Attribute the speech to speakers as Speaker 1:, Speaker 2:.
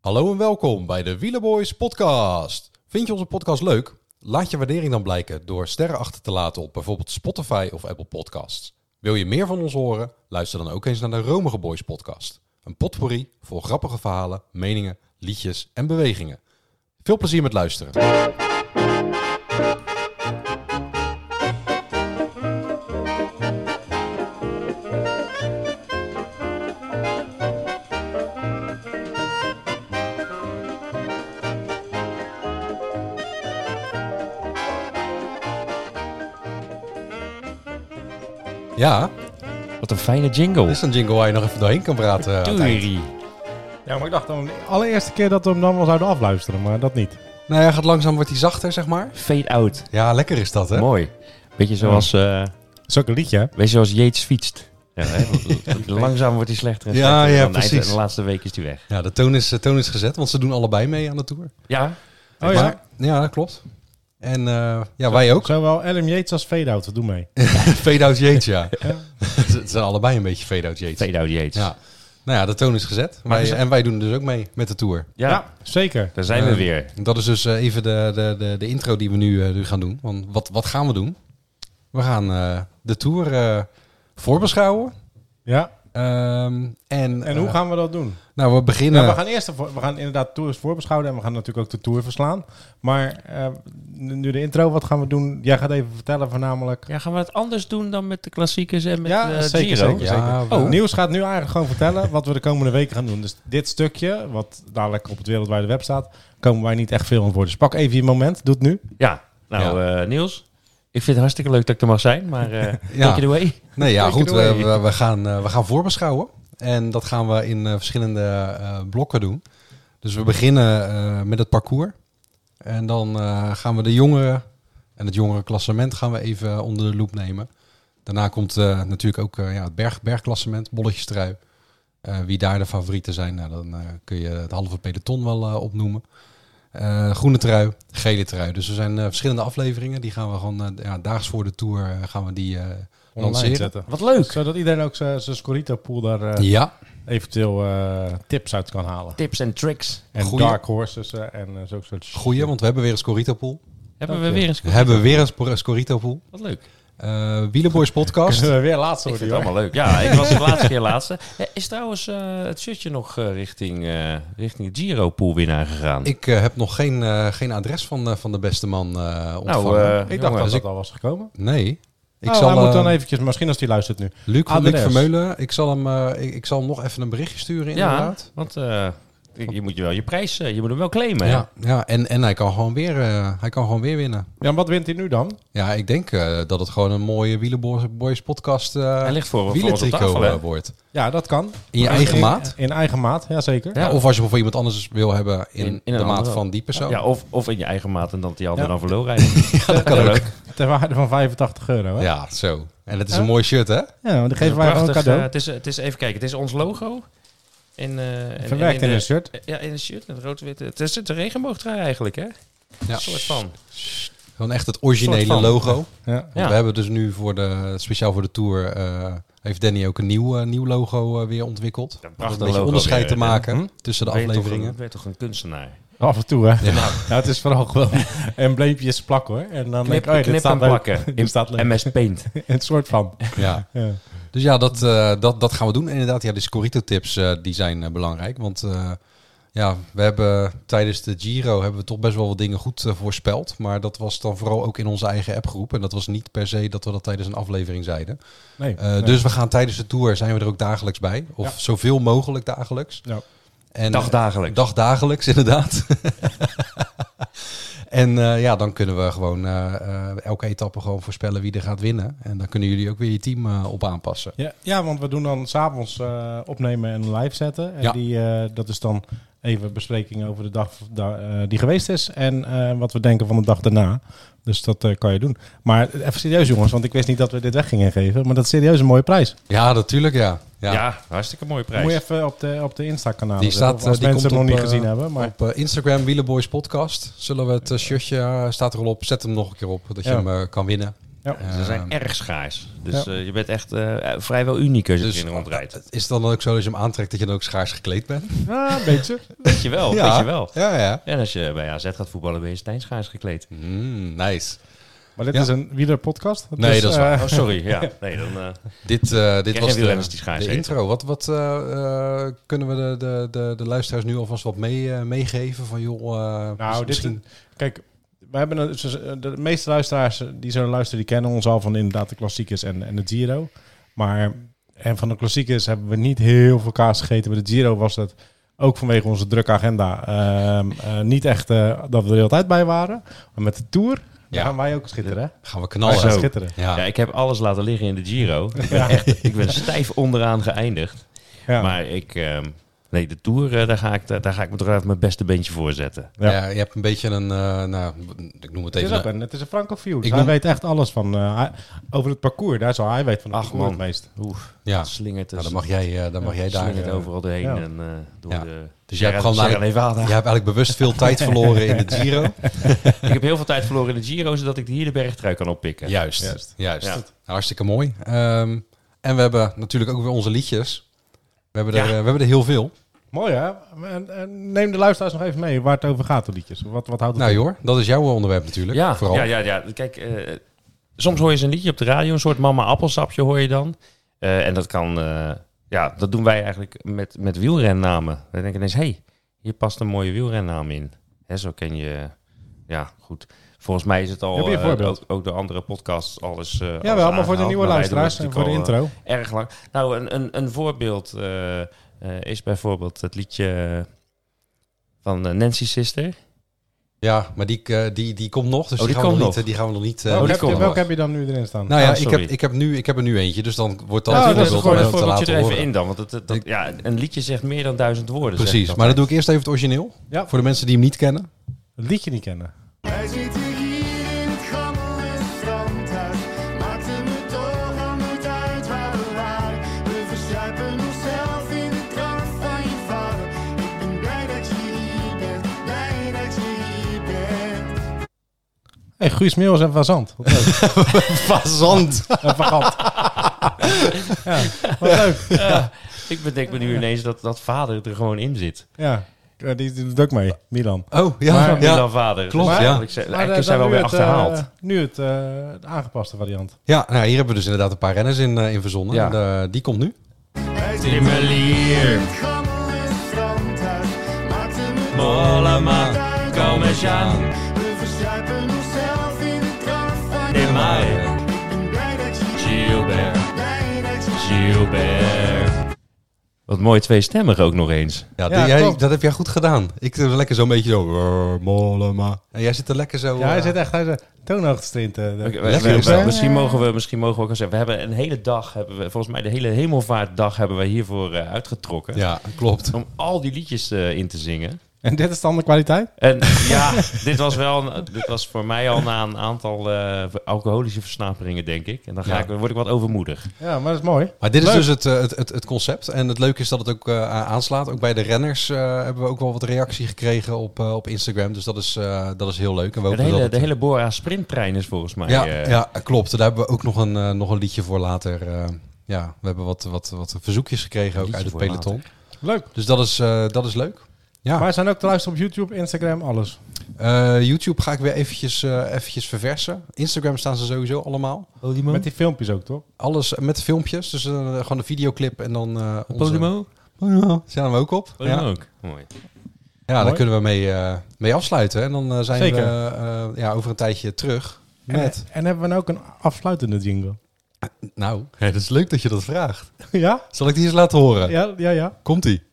Speaker 1: Hallo en welkom bij de Wielerboys podcast. Vind je onze podcast leuk? Laat je waardering dan blijken door sterren achter te laten op bijvoorbeeld Spotify of Apple Podcasts. Wil je meer van ons horen? Luister dan ook eens naar de Romige Boys podcast. Een potpourri vol grappige verhalen, meningen, liedjes en bewegingen. Veel plezier met luisteren. Ja,
Speaker 2: Wat een fijne jingle.
Speaker 1: dit is een jingle waar je nog even doorheen kan praten. aan het eind.
Speaker 2: Toerie.
Speaker 3: Ja, maar ik dacht dan allereerste keer dat we hem dan wel zouden afluisteren, maar dat niet.
Speaker 1: Nou ja, gaat langzaam wordt hij zachter, zeg maar.
Speaker 2: Fade out.
Speaker 1: Ja, lekker is dat, hè?
Speaker 2: Mooi. Beetje zoals, eh
Speaker 3: Dat is ook een liedje, hè?
Speaker 2: weet je, zoals Yates fietst. Ja, hè? Langzaam wordt hij slechter en
Speaker 1: Ja,
Speaker 2: slechter.
Speaker 1: ja,
Speaker 2: En dan eind-
Speaker 1: precies.
Speaker 2: De laatste week is hij weg.
Speaker 1: Ja, de toon is, de toon is gezet, want ze doen allebei mee aan de tour.
Speaker 2: Ja.
Speaker 3: Oh ja.
Speaker 1: Maar- ja, dat klopt. En eh, ja, wij ook.
Speaker 3: Zowel Adam Yates als Fade Out, doe mee.
Speaker 1: Fade-out Yates, ja. Het zijn allebei een beetje fade-out Yates.
Speaker 2: Fade out Yates.
Speaker 1: Ja. Nou ja, de toon is gezet. Wij,
Speaker 2: gezet.
Speaker 1: en wij doen dus ook mee met de tour.
Speaker 2: Ja,
Speaker 3: zeker.
Speaker 2: daar zijn we
Speaker 1: Ehm,
Speaker 2: weer.
Speaker 1: Dat is dus eh, even de, de, de, de intro die we nu, eh, nu gaan doen. Want wat, wat gaan we doen? We gaan eh, de tour eh, voorbeschouwen.
Speaker 3: Ja.
Speaker 1: Ehm, en
Speaker 3: En hoe gaan we dat doen?
Speaker 1: we? Nou, we beginnen.
Speaker 3: Nou, we gaan eerst de voor- we gaan inderdaad tours voorbeschouwen en we gaan natuurlijk ook de tour verslaan. Maar eh, nu de intro, wat gaan we doen? Jij gaat even vertellen voornamelijk.
Speaker 2: Ja, gaan we het anders doen dan met de klassiekers en met
Speaker 3: Ja,
Speaker 2: eh,
Speaker 3: zeker,
Speaker 2: Giro?
Speaker 3: zeker.
Speaker 1: ja, we-
Speaker 2: Oh.
Speaker 3: Nieuws gaat nu eigenlijk gewoon vertellen wat we de komende weken gaan doen. Dus dit stukje, wat dadelijk op het wereldwijde web staat, komen wij niet echt veel aan voor. Dus pak even je moment, doe het nu.
Speaker 2: Ja. Nou, eh, Niels. Ik vind het hartstikke leuk dat ik er mag zijn, maar eh
Speaker 1: Ja.
Speaker 2: take it away.
Speaker 1: Nee, ja,
Speaker 2: Take
Speaker 1: goed.
Speaker 2: it
Speaker 1: We,
Speaker 2: away.
Speaker 1: we, we gaan, eh, we gaan voorbeschouwen. En dat gaan we in eh, verschillende eh, blokken doen. Dus we beginnen eh, met het parcours. En dan eh, gaan we de jongeren en het jongerenklassement gaan we even onder de loep nemen. Daarna komt eh, natuurlijk ook eh, ja, het berg, bergklassement, bolletjes trui. Eh, wie daar de favorieten zijn, nou, dan eh, kun je het halve peloton wel eh, opnoemen. Eh, groene trui, gele trui. Dus er zijn eh, verschillende afleveringen. Die gaan we gewoon eh, ja, daags voor de tour eh, gaan we die eh, lanceren.
Speaker 3: zetten.
Speaker 2: Wat leuk.
Speaker 3: Zodat iedereen ook zijn Scorito-pool daar eh,
Speaker 1: Ja,
Speaker 3: eventueel eh, tips uit kan halen.
Speaker 2: Tips en tricks.
Speaker 3: En
Speaker 1: Goeie.
Speaker 3: dark horses eh, en eh, zulke soort...
Speaker 1: goeie, want we hebben weer een Scorito-pool.
Speaker 2: Hebben
Speaker 3: Dank
Speaker 2: we
Speaker 3: je.
Speaker 2: weer eens.
Speaker 1: We hebben weer een Spor- Scorito-pool.
Speaker 2: Wat leuk.
Speaker 1: Eh Wielenboys
Speaker 3: Als
Speaker 1: podcast.
Speaker 3: we weer laatst
Speaker 2: Ik vind
Speaker 3: worden,
Speaker 2: het
Speaker 3: joh.
Speaker 2: allemaal leuk. Ja, ik was de laatste keer laatste. Eh, Is trouwens eh, het shirtje nog eh, richting, eh richting de Giro poolwinnaar gegaan?
Speaker 1: Ik eh, heb nog geen, eh, geen adres van, eh, van de beste man eh ontvangen.
Speaker 2: nou, eh, Nou,
Speaker 3: Ik dacht
Speaker 2: jongen,
Speaker 3: dat
Speaker 2: dus
Speaker 3: dat al was gekomen.
Speaker 1: nee. Ik zal,
Speaker 3: Ik zal, moet
Speaker 1: eh,
Speaker 3: dan eventjes, misschien als hij luistert nu.
Speaker 1: Luc, Luc
Speaker 3: adres.
Speaker 1: Vermeulen, ik zal, hem, eh, ik, ik zal hem nog even een berichtje sturen
Speaker 2: Ja,
Speaker 1: inderdaad.
Speaker 2: want eh, je- je moet je wel je prijs, eh, je moet hem wel claimen. hè?
Speaker 1: Ja, ja en, en hij, kan gewoon weer, eh, hij kan gewoon weer winnen.
Speaker 3: Ja, en wat wint hij nu dan?
Speaker 1: Ja, ik denk eh, dat het gewoon een mooie Wielenboys podcast
Speaker 2: Hij
Speaker 1: eh
Speaker 2: ligt voor, voor ons op
Speaker 1: wielentrico
Speaker 2: tafel. hè?
Speaker 1: eh, wordt.
Speaker 3: Ja, dat kan.
Speaker 1: In je
Speaker 3: Maar
Speaker 1: eigen
Speaker 3: in-
Speaker 1: maat.
Speaker 3: In eigen maat, ja zeker.
Speaker 2: Ja.
Speaker 1: Of als je hem voor iemand anders wil hebben in,
Speaker 2: In- in een
Speaker 1: de maat
Speaker 2: andere-
Speaker 1: van die persoon.
Speaker 2: Ja, of, of in je eigen maat en dat die ander
Speaker 3: Ja.
Speaker 2: dan voor lul rijdt.
Speaker 1: Ja, dat kan ook.
Speaker 3: Ter waarde van 85 euro. Hè? Ja,
Speaker 1: Ja, zo. En het is
Speaker 3: Ja.
Speaker 1: een mooi shirt, hè?
Speaker 3: want die geven wij gewoon
Speaker 2: Prachtig. eh,
Speaker 3: cadeau.
Speaker 2: het, is, het is even kijken, het is ons logo. En, eh, en-
Speaker 3: Verwerkt
Speaker 2: en
Speaker 3: in
Speaker 2: de-
Speaker 3: een shirt.
Speaker 2: Ja, in een shirt met rood-witte. Het is het een regenboogtrui eigenlijk, hè?
Speaker 1: Ja.
Speaker 2: Een soort van.
Speaker 1: Gewoon echt het originele
Speaker 2: Soort van.
Speaker 1: logo. Want
Speaker 3: Ja.
Speaker 2: Ja.
Speaker 1: We hebben dus nu voor de, speciaal voor de tour, eh, heeft Danny ook een nieuw, eh, nieuw logo eh, weer ontwikkeld.
Speaker 2: prachtig
Speaker 1: Om een beetje
Speaker 2: logo
Speaker 1: onderscheid
Speaker 2: weer,
Speaker 1: te
Speaker 2: hè?
Speaker 1: maken
Speaker 3: Hm?
Speaker 1: tussen de
Speaker 2: Ben je toch
Speaker 1: afleveringen.
Speaker 2: een- ben je toch een kunstenaar?
Speaker 3: Af en toe, hè. Nou, het is vooral gewoon embleempjes plakken, hoor. En dan
Speaker 2: Knip,
Speaker 3: denk ik, oh ja, dit
Speaker 2: knip
Speaker 3: staat
Speaker 2: en
Speaker 3: leuk.
Speaker 2: plakken.
Speaker 3: Dit staat leuk.
Speaker 2: MS Paint.
Speaker 3: Een soort van.
Speaker 1: Ja.
Speaker 3: Ja.
Speaker 1: Dus ja, dat, eh, dat, dat gaan we doen. En inderdaad, ja, de Scorito-tips eh, die zijn eh, belangrijk. Want eh, ja, we hebben tijdens de Giro hebben we toch best wel wat dingen goed eh, voorspeld. Maar dat was dan vooral ook in onze eigen appgroep. En dat was niet per se dat we dat tijdens een aflevering zeiden.
Speaker 3: Nee.
Speaker 1: Eh,
Speaker 3: nee.
Speaker 1: Dus we gaan tijdens de tour zijn we er ook dagelijks bij. Of
Speaker 3: Ja.
Speaker 1: zoveel mogelijk dagelijks.
Speaker 3: Ja.
Speaker 1: En,
Speaker 2: Dagdagelijks.
Speaker 1: Dagdagelijks, inderdaad. en eh, ja, dan kunnen we gewoon eh, eh, elke etappe gewoon voorspellen wie er gaat winnen. En dan kunnen jullie ook weer je team eh, op aanpassen.
Speaker 3: Ja, ja, want we doen dan s'avonds eh opnemen en live zetten. En
Speaker 1: Ja.
Speaker 3: die, eh, dat is dan even bespreking over de dag da- eh, die geweest is. En eh, wat we denken van de dag daarna. Dus dat eh, kan je doen. Maar even serieus jongens, want ik wist niet dat we dit weg gingen geven. Maar dat is serieus een mooie prijs.
Speaker 1: Ja, natuurlijk, ja.
Speaker 2: Ja.
Speaker 1: ja.
Speaker 3: Nou,
Speaker 2: hartstikke mooie prijs.
Speaker 3: Moet je even op de, op de Insta-kanaal
Speaker 1: Die
Speaker 3: zetten,
Speaker 1: staat,
Speaker 3: of als
Speaker 1: eh, die
Speaker 3: mensen
Speaker 1: komt
Speaker 3: het nog
Speaker 1: op, eh,
Speaker 3: niet gezien hebben. Maar
Speaker 1: Op eh, Instagram, Wielenboys Podcast. Zullen we het eh, shirtje, eh, staat er al op, zet hem nog een keer op, dat je
Speaker 3: Ja.
Speaker 1: hem eh, kan winnen.
Speaker 3: Ja.
Speaker 2: Ja, Ze zijn
Speaker 1: Eh,
Speaker 2: erg schaars. Dus eh, je bent echt eh, vrijwel uniek als je
Speaker 1: Dus-
Speaker 2: erin rondrijdt.
Speaker 1: Is het dan ook zo dat je hem aantrekt dat je dan ook schaars gekleed bent?
Speaker 3: Ja, Ah, een beetje.
Speaker 2: Weet je wel, weet je wel.
Speaker 1: Ja, ja.
Speaker 2: En als je bij AZ gaat voetballen, ben je stijnschaars gekleed.
Speaker 1: Mm, nice.
Speaker 3: Maar dit
Speaker 1: Ja.
Speaker 3: is een wielerpodcast.
Speaker 1: Nee, dat is
Speaker 3: eh,
Speaker 1: waar.
Speaker 2: Oh, sorry. Ja, nee, dan... eh,
Speaker 1: Dit, eh, dit
Speaker 2: geen
Speaker 1: was
Speaker 2: wielrenners
Speaker 1: de,
Speaker 2: die schaars
Speaker 1: de
Speaker 2: heten.
Speaker 1: intro. Wat, wat eh, eh, kunnen we de, de, de, de luisteraars nu alvast wat mee, eh, meegeven? Van joh, eh,
Speaker 3: Nou, dit-
Speaker 1: misschien...
Speaker 3: Kijk, we hebben een, ze- de meeste luisteraars eh, die zo luisteren, die kennen ons al van inderdaad de klassiekers en, en de Giro. Maar en van de klassiekers hebben we niet heel veel kaas gegeten. Bij de Giro was dat ook vanwege onze drukke agenda ehm, eh, niet echt eh, dat we er de hele tijd bij waren. Maar met de Tour
Speaker 1: Ja.
Speaker 3: gaan wij ook schitteren. hè?
Speaker 1: gaan we
Speaker 3: Wij gaan
Speaker 1: knallen.
Speaker 3: schitteren.
Speaker 1: Ja.
Speaker 2: Ja, ik heb alles laten liggen in de Giro. Ik ben,
Speaker 3: Ja.
Speaker 2: echt, ik ben stijf onderaan geëindigd.
Speaker 3: Ja.
Speaker 2: Maar ik... ehm, nee, de Tour, eh, daar, ga ik, daar ga ik me toch even mijn beste beentje voor zetten.
Speaker 1: Ja.
Speaker 3: Ja.
Speaker 1: je hebt een beetje een, eh, nou, ik noem het
Speaker 3: het, is
Speaker 1: even...
Speaker 3: ook een, het is een francofiel. Dus
Speaker 1: Ik
Speaker 3: hij
Speaker 1: noem-
Speaker 3: weet echt alles van eh, hij- over het parcours. Daar zal hij weten van het
Speaker 2: Ach,
Speaker 3: parcours
Speaker 2: man.
Speaker 3: het meest.
Speaker 2: Oef,
Speaker 1: ja,
Speaker 2: het slingert
Speaker 1: nou,
Speaker 2: dus.
Speaker 1: dan mag jij, eh, dan mag jij daar...
Speaker 2: slingert
Speaker 1: eh,
Speaker 2: overal doorheen.
Speaker 3: Ja.
Speaker 2: En, eh, door
Speaker 1: Ja.
Speaker 2: de,
Speaker 1: Dus jij hebt gewoon
Speaker 2: Sierra
Speaker 1: eigenlijk-
Speaker 2: Nevada.
Speaker 1: Jij hebt eigenlijk bewust veel tijd verloren in de Giro.
Speaker 2: Ik heb heel veel tijd verloren in de Giro, zodat ik hier de bergtrui kan oppikken.
Speaker 1: Juist, juist.
Speaker 3: Juist.
Speaker 2: Ja.
Speaker 1: Nou, hartstikke mooi. Ehm, en we hebben natuurlijk ook weer onze liedjes. We hebben, er,
Speaker 2: Ja.
Speaker 1: eh, we hebben er heel veel.
Speaker 3: Mooi hè? En, en neem de luisteraars nog even mee waar het over gaat, de liedjes. Wat, wat houdt het
Speaker 1: Nou
Speaker 3: in?
Speaker 1: Jor, dat is jouw onderwerp natuurlijk.
Speaker 2: Ja,
Speaker 1: vooral.
Speaker 2: ja, ja, ja. Kijk, eh, soms hoor je eens een liedje op de radio, een soort mama appelsapje hoor je dan. Eh, en dat kan, eh, ja, dat doen wij eigenlijk met, met wielrennamen. Dan denk je ineens, hé, hey, hier past een mooie wielrennaam in. Hè, zo ken je, ja, goed. Volgens mij is het al,
Speaker 3: Heb je een
Speaker 2: eh,
Speaker 3: voorbeeld?
Speaker 2: ook, ook de andere podcasts, alles eh,
Speaker 3: Ja,
Speaker 2: alles
Speaker 3: wel, maar voor de
Speaker 2: aangehaald.
Speaker 3: nieuwe
Speaker 2: Maar nou, wij doen
Speaker 3: luisteraars en
Speaker 2: het
Speaker 3: voor de
Speaker 2: natuurlijk al,
Speaker 3: intro.
Speaker 2: eh, erg lang. Nou, een, een, een voorbeeld eh, eh, is bijvoorbeeld het liedje van eh, Nancy Sister.
Speaker 1: Ja, maar die, eh, die, die komt nog, dus
Speaker 2: Oh,
Speaker 1: die,
Speaker 2: die
Speaker 1: gaan we
Speaker 2: komt
Speaker 1: nog
Speaker 2: nog.
Speaker 1: niet, eh, die gaan we nog niet... eh,
Speaker 2: Oh,
Speaker 3: welke,
Speaker 2: die
Speaker 1: niet
Speaker 3: heb je,
Speaker 2: komen
Speaker 1: vertellen.
Speaker 3: welke heb je dan nu erin staan?
Speaker 1: Nou ja,
Speaker 2: Ah,
Speaker 1: ik, heb,
Speaker 2: sorry.
Speaker 1: ik, heb nu, ik heb er nu eentje, dus dan wordt dat
Speaker 3: Ja,
Speaker 1: het
Speaker 3: dat is
Speaker 1: voorbeeld om
Speaker 3: Oh, gewoon een
Speaker 1: even te laten
Speaker 2: voorbeeldje er even
Speaker 1: horen.
Speaker 2: in dan. Want het, het- dat,
Speaker 1: Ik-
Speaker 2: ja, een liedje zegt meer dan duizend woorden. zeg ik
Speaker 1: Precies,
Speaker 2: altijd.
Speaker 1: maar dan doe ik eerst even het origineel.
Speaker 3: Ja.
Speaker 1: Voor de mensen die hem niet kennen.
Speaker 3: Het liedje niet kennen.
Speaker 4: Wij zitten hier in het gammele strandhuis. Maakt het me toch al niet uit waar we waren. We verslijpen onszelf in de kracht van je vader. Ik ben blij dat je hier bent, blij dat je hier bent.
Speaker 3: Hey, Guus Meeuwis en Vazant. Wat leuk.
Speaker 1: Fazant!
Speaker 3: en Vagant. ja, wat leuk.
Speaker 2: Ik bedenk me nu ineens dat, dat vader er gewoon in zit.
Speaker 3: Ja, Ja, die, die doet ook mee, Milan.
Speaker 1: Oh, ja,
Speaker 3: Maar-
Speaker 2: Ja.
Speaker 1: ja.
Speaker 2: dan vader.
Speaker 1: Klopt,
Speaker 2: Dus
Speaker 1: ja.
Speaker 2: eigenlijk zijn- Eigenlijk
Speaker 3: eh,
Speaker 2: zijn we
Speaker 3: dan nu
Speaker 2: alweer
Speaker 3: het, eh,
Speaker 2: achterhaald.
Speaker 3: nu het eh, de aangepaste variant.
Speaker 1: ja nou, hier hebben we dus inderdaad een paar renners in, eh, in verzonnen.
Speaker 2: Ja.
Speaker 1: En, eh, die komt nu.
Speaker 4: Wij zitten
Speaker 2: Timmelier,
Speaker 4: in het gammele strandhuis. Maakt het me
Speaker 2: Mollema,
Speaker 4: uit waar we
Speaker 2: Comecian,
Speaker 4: waren. We verslijpen onszelf in de kracht van je vader.
Speaker 2: Demay,
Speaker 4: Ik ben blij dat je hier
Speaker 2: Gilbert,
Speaker 4: bent, blij dat je hier
Speaker 2: Gilbert. Wat mooi tweestemmig ook nog eens.
Speaker 1: Ja,
Speaker 3: Ja,
Speaker 1: die- jij-
Speaker 3: klopt.
Speaker 1: dat heb jij goed gedaan. Ik zit er lekker zo'n beetje zo... "Rrr, Mollema. En jij zit er lekker zo...
Speaker 3: Ja, hij
Speaker 1: eh,
Speaker 3: zit echt, hij zit toonhoogte strint. eh, de-
Speaker 2: Oké, we-
Speaker 1: Lekker
Speaker 2: we-
Speaker 1: is
Speaker 2: we-
Speaker 1: dat.
Speaker 2: misschien, mogen we, misschien mogen we ook al zeggen... We hebben een hele dag, hebben we, volgens mij de hele hemelvaartdag... hebben we hiervoor eh, uitgetrokken.
Speaker 1: Ja, klopt.
Speaker 2: Om al die liedjes eh, in te zingen.
Speaker 3: En dit is dan de kwaliteit?
Speaker 2: En ja, dit was, wel, een- dit was voor mij al na een aantal eh, alcoholische versnaperingen, denk ik. En dan ga
Speaker 1: Ja.
Speaker 2: ik, word ik wat overmoedig.
Speaker 3: Ja, maar dat is mooi.
Speaker 1: Maar dit is
Speaker 3: Leuk.
Speaker 1: dus het, eh, het, het, het concept. En het leuke is dat het ook eh, aanslaat. Ook bij de renners eh, hebben we ook wel wat reactie gekregen op, eh, op Instagram. Dus dat is, eh, dat is heel leuk. En we
Speaker 2: De
Speaker 1: hopen dat
Speaker 2: hele,
Speaker 1: het-
Speaker 2: de hele Bora sprinttrein is volgens mij...
Speaker 1: ja,
Speaker 2: eh,
Speaker 1: ja, klopt. Daar hebben we ook nog een, eh, nog een liedje voor later. eh. ja, we hebben wat, wat, wat verzoekjes gekregen ook
Speaker 2: Liedje
Speaker 1: uit het
Speaker 2: voor
Speaker 1: peloton.
Speaker 3: Leuk.
Speaker 1: Dus dat is, eh, dat is leuk. Ja.
Speaker 3: Maar we zijn ook te luisteren op YouTube, Instagram, alles.
Speaker 1: Eh, YouTube ga ik weer eventjes, eh, eventjes verversen. Instagram staan ze sowieso allemaal.
Speaker 3: Met die filmpjes ook, toch?
Speaker 1: Alles met filmpjes. Dus eh, gewoon een videoclip en dan... eh onze-
Speaker 2: Podimo?
Speaker 1: Podimo staan we ook op.
Speaker 2: Podimo
Speaker 1: Ja.
Speaker 2: ook. Mooi.
Speaker 1: Ja, daar
Speaker 3: Mooi.
Speaker 1: kunnen we mee, eh, mee afsluiten. En dan eh, zijn
Speaker 3: Zeker.
Speaker 1: we eh, eh, ja, over een tijdje terug met...
Speaker 3: En, en hebben we nou ook een afsluitende jingle?
Speaker 1: Nou, het is leuk eh, dat je dat vraagt.
Speaker 3: ja?
Speaker 1: Zal ik die eens laten horen?
Speaker 3: Ja, ja, ja.
Speaker 1: Komt-ie.